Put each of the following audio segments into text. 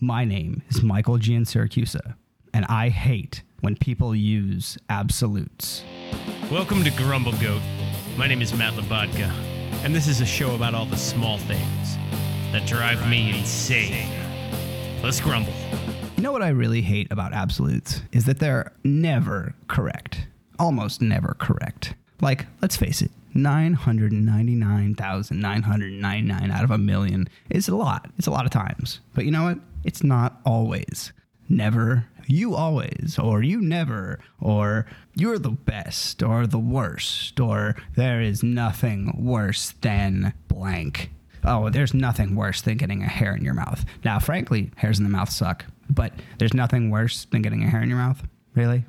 My name is Michael Gian Syracusa, and I hate when people use absolutes. Welcome to Grumble Goat. My name is Matt Labodka, and this is a show about all the small things that drive me insane. Let's grumble. You know what I really hate about absolutes is that they're never correct. Almost never correct. Like, let's face it, 999,999 out of a million is a lot. It's a lot of times. But you know what? It's not always. Never. You always, or you never, or you're the best, or the worst, or there is nothing worse than blank. Oh, there's nothing worse than getting a hair in your mouth. Now, frankly, hairs in the mouth suck, but there's nothing worse than getting a hair in your mouth. Really?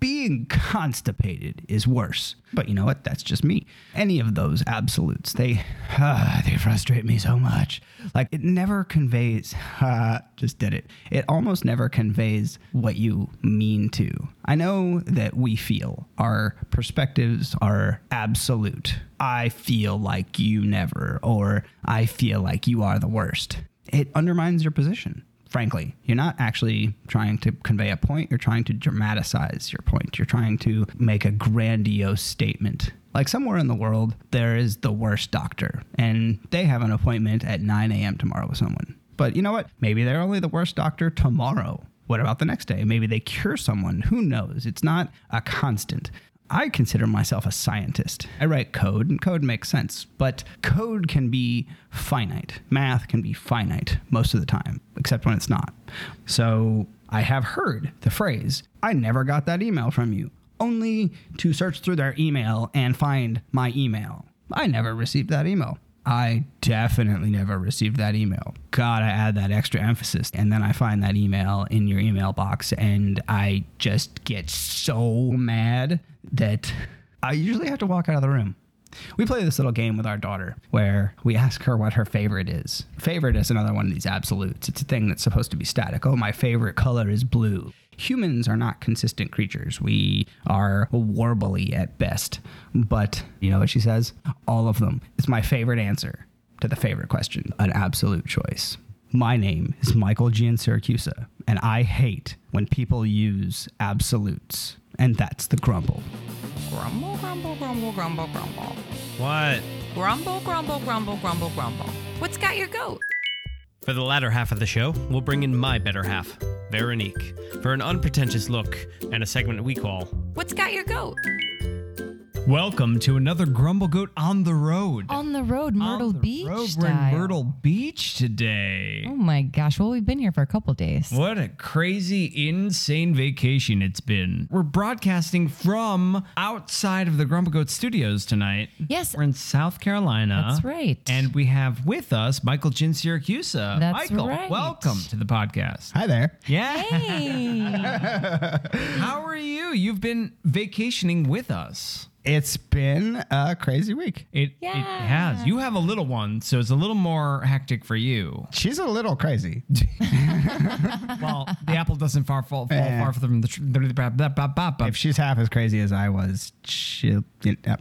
Being constipated is worse. But you know what? That's just me. Any of those absolutes, they ah, they frustrate me so much. Like it never conveys. ah, just did it. It almost never conveys what you mean to. I know that we feel our perspectives are absolute. I feel like you never, or I feel like you are the worst. It undermines your position frankly. You're not actually trying to convey a point, you're trying to dramatize your point. You're trying to make a grandiose statement. Like somewhere in the world, there is the worst doctor, and they have an appointment at 9 a.m. tomorrow with someone. But you know what? Maybe they're only the worst doctor tomorrow. What about the next day? Maybe they cure someone. Who knows? It's not a constant. I consider myself a scientist. I write code, and code makes sense, but code can be finite. Math can be finite most of the time, except when it's not. So I have heard the phrase, I never got that email from you, only to search through their email and find my email. I never received that email. I definitely never received that email. Gotta add that extra emphasis. And then I find that email in your email box and I just get so mad that I usually have to walk out of the room. We play this little game with our daughter where we ask her what her favorite is. Favorite is another one of these absolutes. It's a thing that's supposed to be static. Oh, my favorite color is blue. Humans are not consistent creatures. We are warbly at best. But you know what she says? All of them. It's my favorite answer to the favorite question. An absolute choice. My name is Michael Gian Syracusa, and I hate when people use absolutes. And that's the grumble. Grumble, grumble, grumble, grumble, grumble. What? Grumble, grumble, grumble, grumble, grumble. What's got your goat? For the latter half of the show, we'll bring in my better half, Veronique, for an unpretentious look and a segment we call What's got your goat? Welcome to another Grumble Goat on the Road. On the road, Myrtle On the Beach. road. We're style. in Myrtle Beach today. Oh my gosh. Well, we've been here for a couple days. What a crazy, insane vacation it's been. We're broadcasting from outside of the Grumble Goat studios tonight. Yes. We're in South Carolina. That's right. And we have with us Michael Jin Syracusa. That's Michael, right. welcome to the podcast. Hi there. Yeah. Hey. How are you? You've been vacationing with us. It's been a crazy week. It, it Yeah. has. You have a little one, so it's a little more hectic for you. She's a little crazy. Well, the apple doesn't far fall, fall Yeah. far from the. Tr- If she's half as crazy as I was, she'll.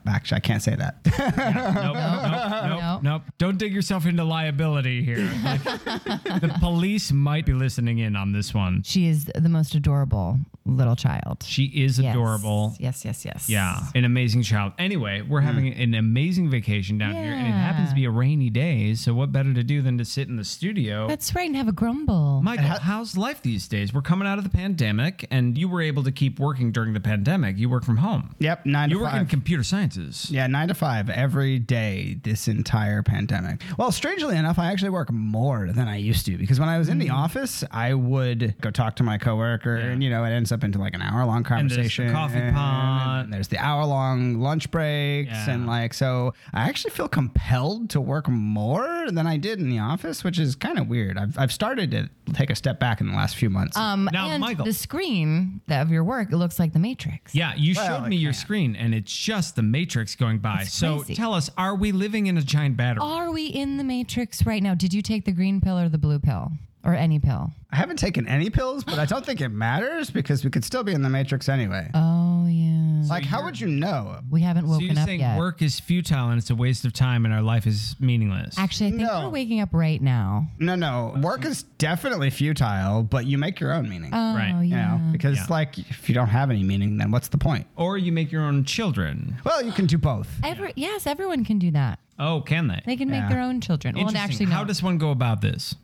Actually, I can't say that. nope, nope, nope, Oh. nope, Don't dig yourself into liability here. Like, the police might be listening in on this one. she is the most adorable little child. She is Yes. adorable. Yes, Hmm. yes, yes. Yeah, an amazing child. Anyway, we're having an amazing vacation down here, and it happens to be a rainy day. So, what better to do than to sit in the studio? That's right. And have a grumble. Michael, how's life these days? We're coming out of the pandemic, and you were able to keep working during the pandemic. You work from home. yep, nine You to work five. in computer sciences. yeah, nine to five every day this entire pandemic. Well, strangely enough, I actually work more than I used to because when I was in the Mm. office, I would go talk to my coworker, and you know, it ends up into like an hour long there's the conversation. coffee pot. and there's the hour long lunch breaks, Yeah. and like, so I actually feel compelled to work more than I did in the office, which is kind of weird. I've, I've started to take a step back in the last few months. Um, Now, and Michael- the screen that of your work it looks like the Matrix. Yeah, you Well, showed I me your can't. screen, and it's just the Matrix going by. That's so crazy. tell us, are we living in a giant battery? Are we in the Matrix right now? Did you take the green pill or the blue pill or any pill? I haven't taken any pills, but I don't think it matters because we could still be in the Matrix anyway. Oh yeah. like, how would you know? We haven't So woken you're up saying yet. work is futile and it's a waste of time and our life is meaningless. Actually, I think No. we're waking up right now. No, no. Work is definitely futile, but you make your own meaning. Oh, Right. you yeah. know, because Yeah. like if you don't have any meaning, then what's the point? or you make your own children. Well, you can do both. Every, yes, everyone can do that. Oh, can they? They can Yeah. make their own children. Well, and Interesting. actually, no. How does one go about this?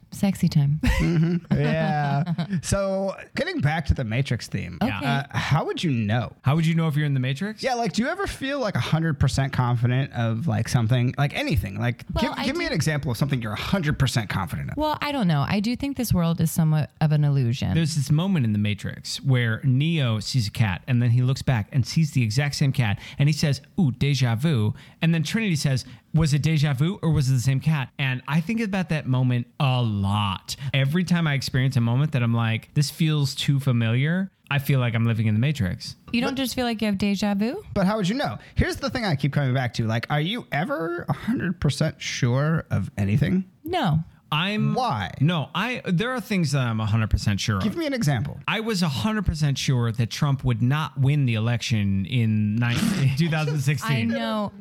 sexy time? yeah. So getting back to the Matrix theme, Okay. uh, how would you know? How would you know if you're in the Matrix? Yeah, like, do you ever feel like 100% confident of like something, like anything? Like, Well, give, I give me do- an example of something you're 100% confident of. well, I don't know. I do think this world is somewhat of an illusion. There's this moment in the Matrix where Neo sees a cat and then he looks back and sees the exact same cat and he says, Ooh, deja vu. And then Trinity says, Was it deja vu or was it the same cat? And I think about that moment a lot. Every time I experience a moment that I'm like, This feels too familiar, I feel like I'm living in the Matrix. you don't just feel like you have deja vu? But how would you know? Here's the thing I keep coming back to. Like, are you ever 100% sure of anything? No. I'm. Why? No, I. There are things that I'm 100% sure Give of. me an example. I was 100% sure that Trump would not win the election in 19, 2016. I know.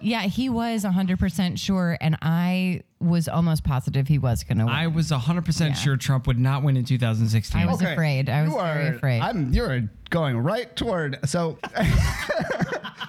yeah, he was 100% sure, and I was almost positive he was going to win. I was 100% Yeah. sure Trump would not win in 2016. I was afraid. I was very afraid. I'm, you're going right toward. So,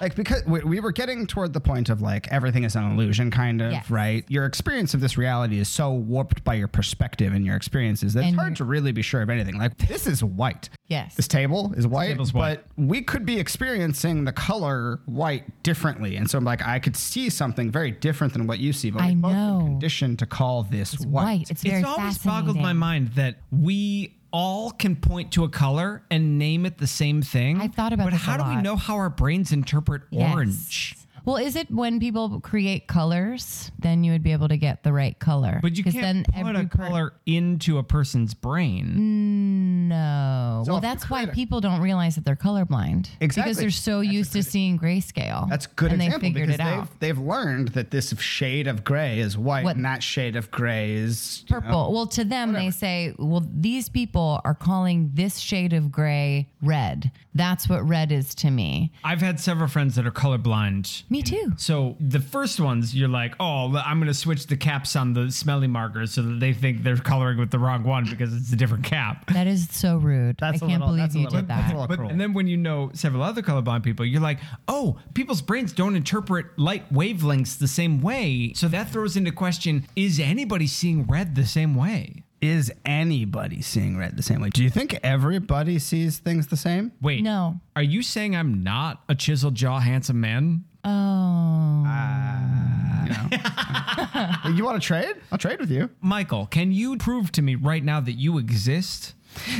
like, because we, we were getting toward the point of like everything is an illusion, kind of, Yes. right? Your experience of this reality is so warped by your perspective and your experiences that it's And hard to really be sure of anything. Like, this is white. Yes. This table is white, table's white. but we could be experiencing the color white differently. And so, like, I could see something very different than what you see, but I we both been know. conditioned to call this white. white. It's very it's always fascinating. boggled my mind that we all can point to a color and name it the same thing. I've thought about But this a how do we lot. know how our brains interpret Yes. orange? Well, is it when people create colors, then you would be able to get the right color? But you 'Cause can't then put every a per- Mm. color into a person's brain. No. So well, if you that's why create a- people don't realize that they're colorblind. Exactly. Because they're so used to seeing grayscale. That's a good and example they figured because it out. they've they've learned that this shade of gray is white What- and that shade of gray is you know, Purple. Well, to them, they say, well, these people are calling this shade of gray red. That's what red is to me. I've had several friends that are colorblind. Me too. So the first ones, you're like, oh, I'm going to switch the caps on the smelly markers so that they think they're coloring with the wrong one because it's a different cap. That is so rude. I That's a can't little- believe that's a you little- did that's a that. little But cruel. and then when you know several other colorblind people, you're like, oh, people's brains don't interpret light wavelengths the same way. So that throws into question: Is anybody seeing red the same way? is anybody seeing red the same way? Do you think everybody sees things the same? Wait, No. Are you saying I'm not a chiseled jaw, handsome man? Oh. Ah. you want to trade? I'll trade with you. Michael, can you prove to me right now that you exist?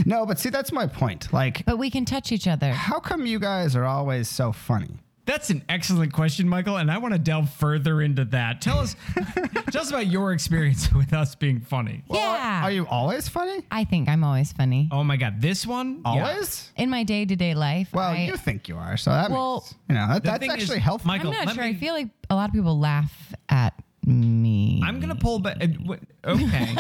No, but see that's my point. Like But we can touch each other. how come you guys are always so funny? That's an excellent question, Michael, and I want to delve further into that. Tell us, tell us about your experience with us being funny. yeah. Are you always funny? I think I'm always funny. Oh my God, this one Yeah. Always? In my day to day life, Well, I, you think you are, so that Well- makes, you know that, The that's thing is, actually helpful. Michael, I'm not let sure. I me- feel like a lot of people laugh at me. I'm gonna pull back. Okay,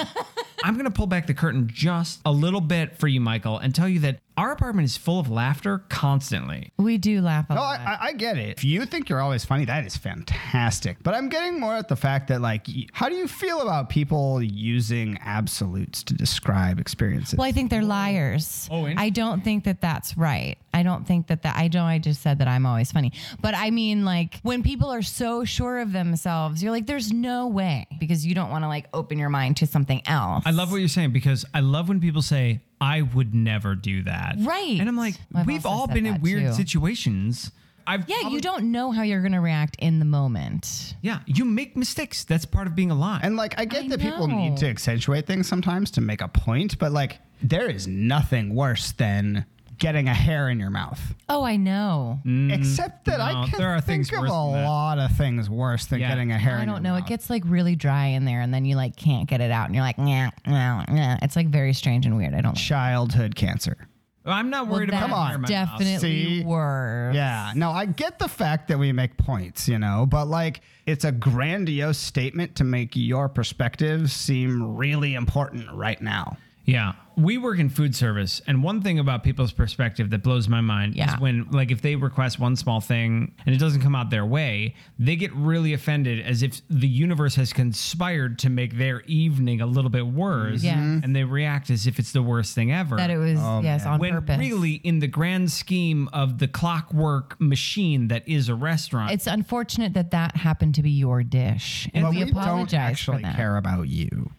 I'm gonna pull back the curtain just a little bit for you, Michael, and tell you that our apartment is full of laughter constantly. we do laugh a No, Oh, I, lot. I, I get it. If you think you're always funny, that is fantastic. But I'm getting more at the fact that, like, y- how do you feel about people using absolutes to describe experiences? well, I think they're liars. Oh, interesting. I don't think that that's right. I don't think that that. I know I just said that I'm always funny, but I mean, like when people are so sure of themselves, you're like, "There's no way," because you don't want to like open your mind to something else. I love what you're saying because I love when people say, "I would never do that." Right. And I'm like, I've we've also all said been in that weird too. situations. I've Yeah, probably- you don't know how you're gonna react in the moment. Yeah, you make mistakes. That's part of being alive. and, like, I get I that people need know. to accentuate things sometimes to make a point, but, like, there is nothing worse than getting a hair in your mouth. Oh, I know. Except that Mm, no, I can there are think things of worse a than that. lot of things worse than Yeah. getting a hair I in don't your know. mouth. It gets like really dry in there, and then you like can't get it out, and you're like, yeah, yeah, yeah. It's like very strange and weird. I don't. Like childhood cancer. I'm not well, worried that's about. Come on. definitely See? worse. Yeah. No, I get the fact that we make points, you know, but like it's a grandiose statement to make your perspective seem really important right now. Yeah. we work in food service, and one thing about people's perspective that blows my mind Yeah. is when, like, if they request one small thing and it doesn't come out their way, they get really offended as if the universe has conspired to make their evening a little bit worse. Yes. Mm-hmm. And they react as if it's the worst thing ever. that it was Oh, yes on when purpose. really, in the grand scheme of the clockwork machine that is a restaurant, it's unfortunate that that happened to be your dish, and But we, we, apologize don't actually for that. care about you.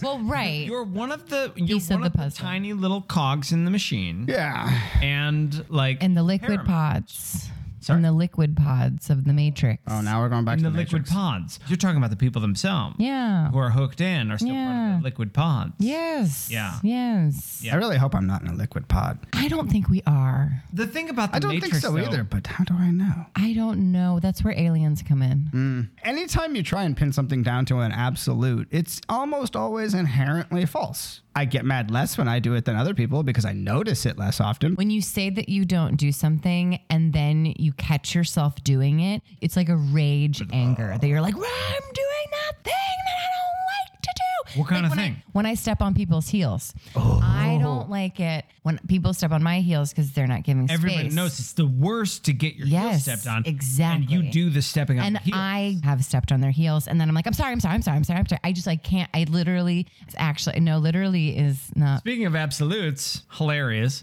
Well, right. You're one of the you're Piece one of the of the, puzzle. tiny little cogs in the machine, Yeah. and like and the liquid paramount. pods. Sorry? And the liquid pods of the Matrix. Oh, now we're going back to And the the liquid Matrix. pods. You're talking about the people themselves, Yeah. who are hooked in, are still part Yeah. of the liquid pods. Yes. Yeah. Yes. I really hope I'm not in a liquid pod. I don't think we are. The thing about the I don't Matrix, think so though, either, but how do I know? I don't know. That's where aliens come in. Anytime you try and pin something down to an absolute, it's almost always inherently false. I get mad less when I do it than other people because I notice it less often. When you say that you don't do something and then you catch yourself doing it, it's like a rage anger that you're like, "Well, I'm doing that thing that I don't like to do. What kind of Like when I- thing? Oh. when I step on people's heels. I don't like it when people step on my heels because they're not giving Everybody space. knows it's the worst to get your Yes, heel stepped on. And exactly. you do the stepping on and the heel. I have stepped on their heels, and then I'm like, I'm sorry, I'm sorry, I'm sorry, I'm sorry, I'm sorry. I just like can't. I literally, it's actually, no, literally is not. Speaking of absolutes, hilarious.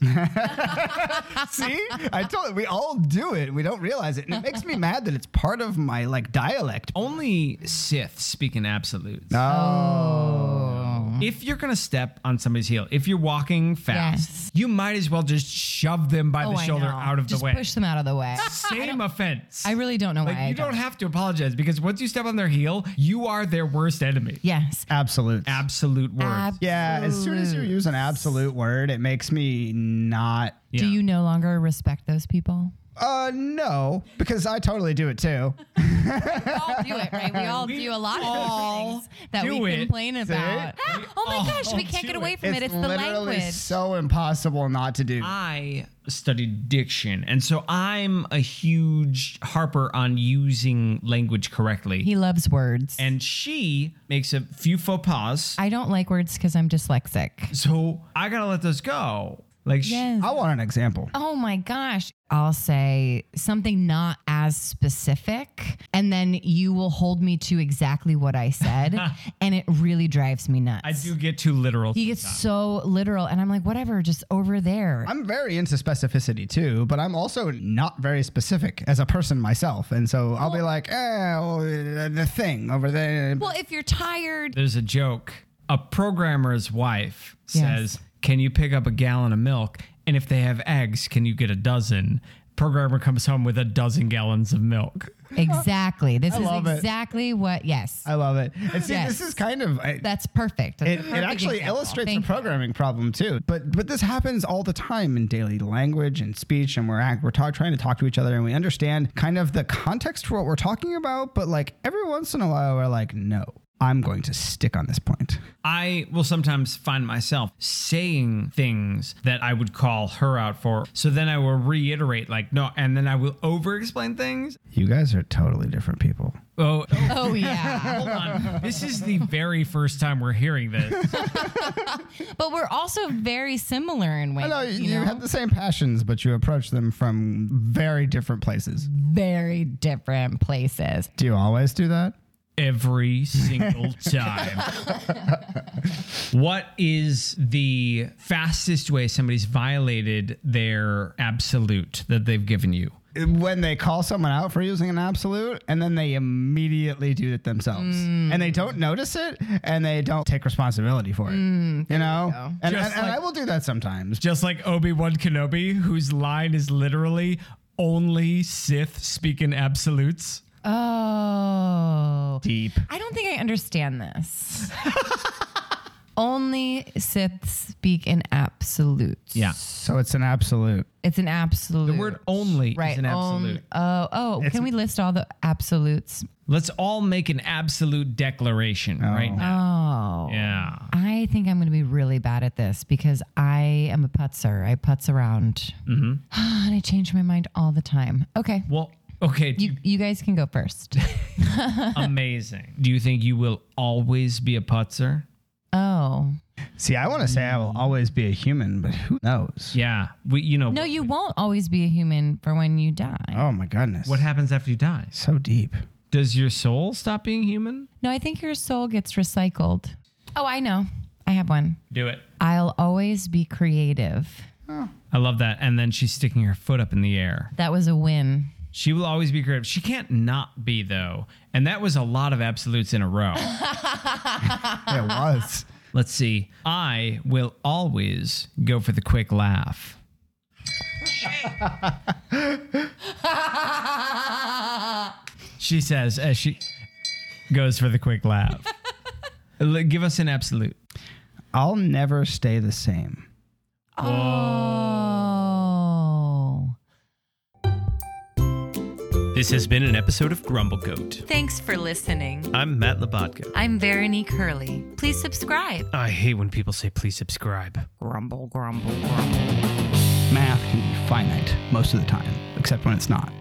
See, I told you, we all do it. We don't realize it, and it makes me mad that it's part of my like dialect. Only Sith speak in absolutes. Oh. If you're gonna step on somebody's heel, if you're walking fast, Yes. you might as well just shove them by Oh, the I shoulder know. out of just the way. Push them out of the way. Same offense. I really don't know like why I you don't don't. have to apologize because once you step on their heel, you are their worst enemy. Yes. Absolute. Absolute words. Ab- yeah, as soon as you use an absolute word, it makes me not. Yeah. Do you no longer respect those people? Uh, no, because I totally do it too. We all do it, right? We all We do a lot of all those things that do we it. complain about. We oh my all gosh, we can't do it. get away from it. It's the literally language. Ah. so impossible not to do. I studied diction, and so I'm a huge harper on using language correctly. he loves words. and she makes a few faux pas. I don't like words because I'm dyslexic. so I gotta let those go. Like she- Yes. I want an example. Oh my gosh. I'll say something not as specific, and then you will hold me to exactly what I said. and it really drives me nuts. I do get too literal. He gets so literal, and I'm like, whatever, just over there. I'm very into specificity too, but I'm also not very specific as a person myself. And so I'll be like, eh, well, uh, the thing over there. well, if you're tired, There's a joke. A programmer's wife Yes. says, Can you pick up a gallon of milk? And if they have eggs, can you get a dozen? Programmer comes home with a dozen gallons of milk. exactly. This is love it. exactly what, yes. I love it. And see, Yes. this is kind of. I, That's perfect. That's it, a it perfect actually example. illustrates Thank the programming problem too, but but this happens all the time in daily language and speech, and we're act, we're talk, trying to talk to each other, and we understand kind of the context for what we're talking about, but like every once in a while, we're like, no, I'm going to stick on this point. I will sometimes find myself saying things that I would call her out for. So then I will reiterate, like, no, and then I will over explain things. You guys are totally different people. Oh, you. Oh, yeah. hold on. This is the very first time we're hearing this. but we're also very similar in ways. I know you, you know? have the same passions, but you approach them from very different places. very different places. Do you always do that? every single time. what is the fastest way somebody's violated their absolute that they've given you? When they call someone out for using an absolute, and then they immediately do it themselves, and they don't notice it, and they don't take responsibility for it. you know, and, Just and, and like- I will do that sometimes. Just like Obi Wan Kenobi, whose line is literally only Sith speak in absolutes. Oh. Deep. I don't think I understand this. Only Sith speak in absolutes. Yeah. So it's an absolute. It's an The absolute. word only right. is an on- absolute. oh, oh, can we list all the absolutes? Let's all make an absolute declaration right now. Oh. Yeah. I think I'm going to be really bad at this because I am a putzer. I putz around. and I change my mind all the time. Okay. Well, okay. You, you guys can go first. amazing. Do you think you will always be a putzer? Oh. See, I want to say I will always be a human, but who knows? Yeah, we you know No, you won't always be a human for when you die. Oh my goodness. what happens after you die? So deep. Does your soul stop being human? No, I think your soul gets recycled. Oh, I know. I have one. Do it. I'll always be creative. I love that. And then she's sticking her foot up in the air. That was a win. She will always be creative. She can't not be though. And that was a lot of absolutes in a row. It was. Let's see. I will always go for the quick laugh. she says as she goes for the quick laugh. L- Give us an absolute. I'll never stay the same. Oh. This has been an episode of Grumble Goat. Thanks for listening. I'm Matt Labatka. I'm Veronique Curley. Please subscribe. I hate when people say please subscribe. Grumble, grumble, grumble. Math can be finite most of the time, except when it's not.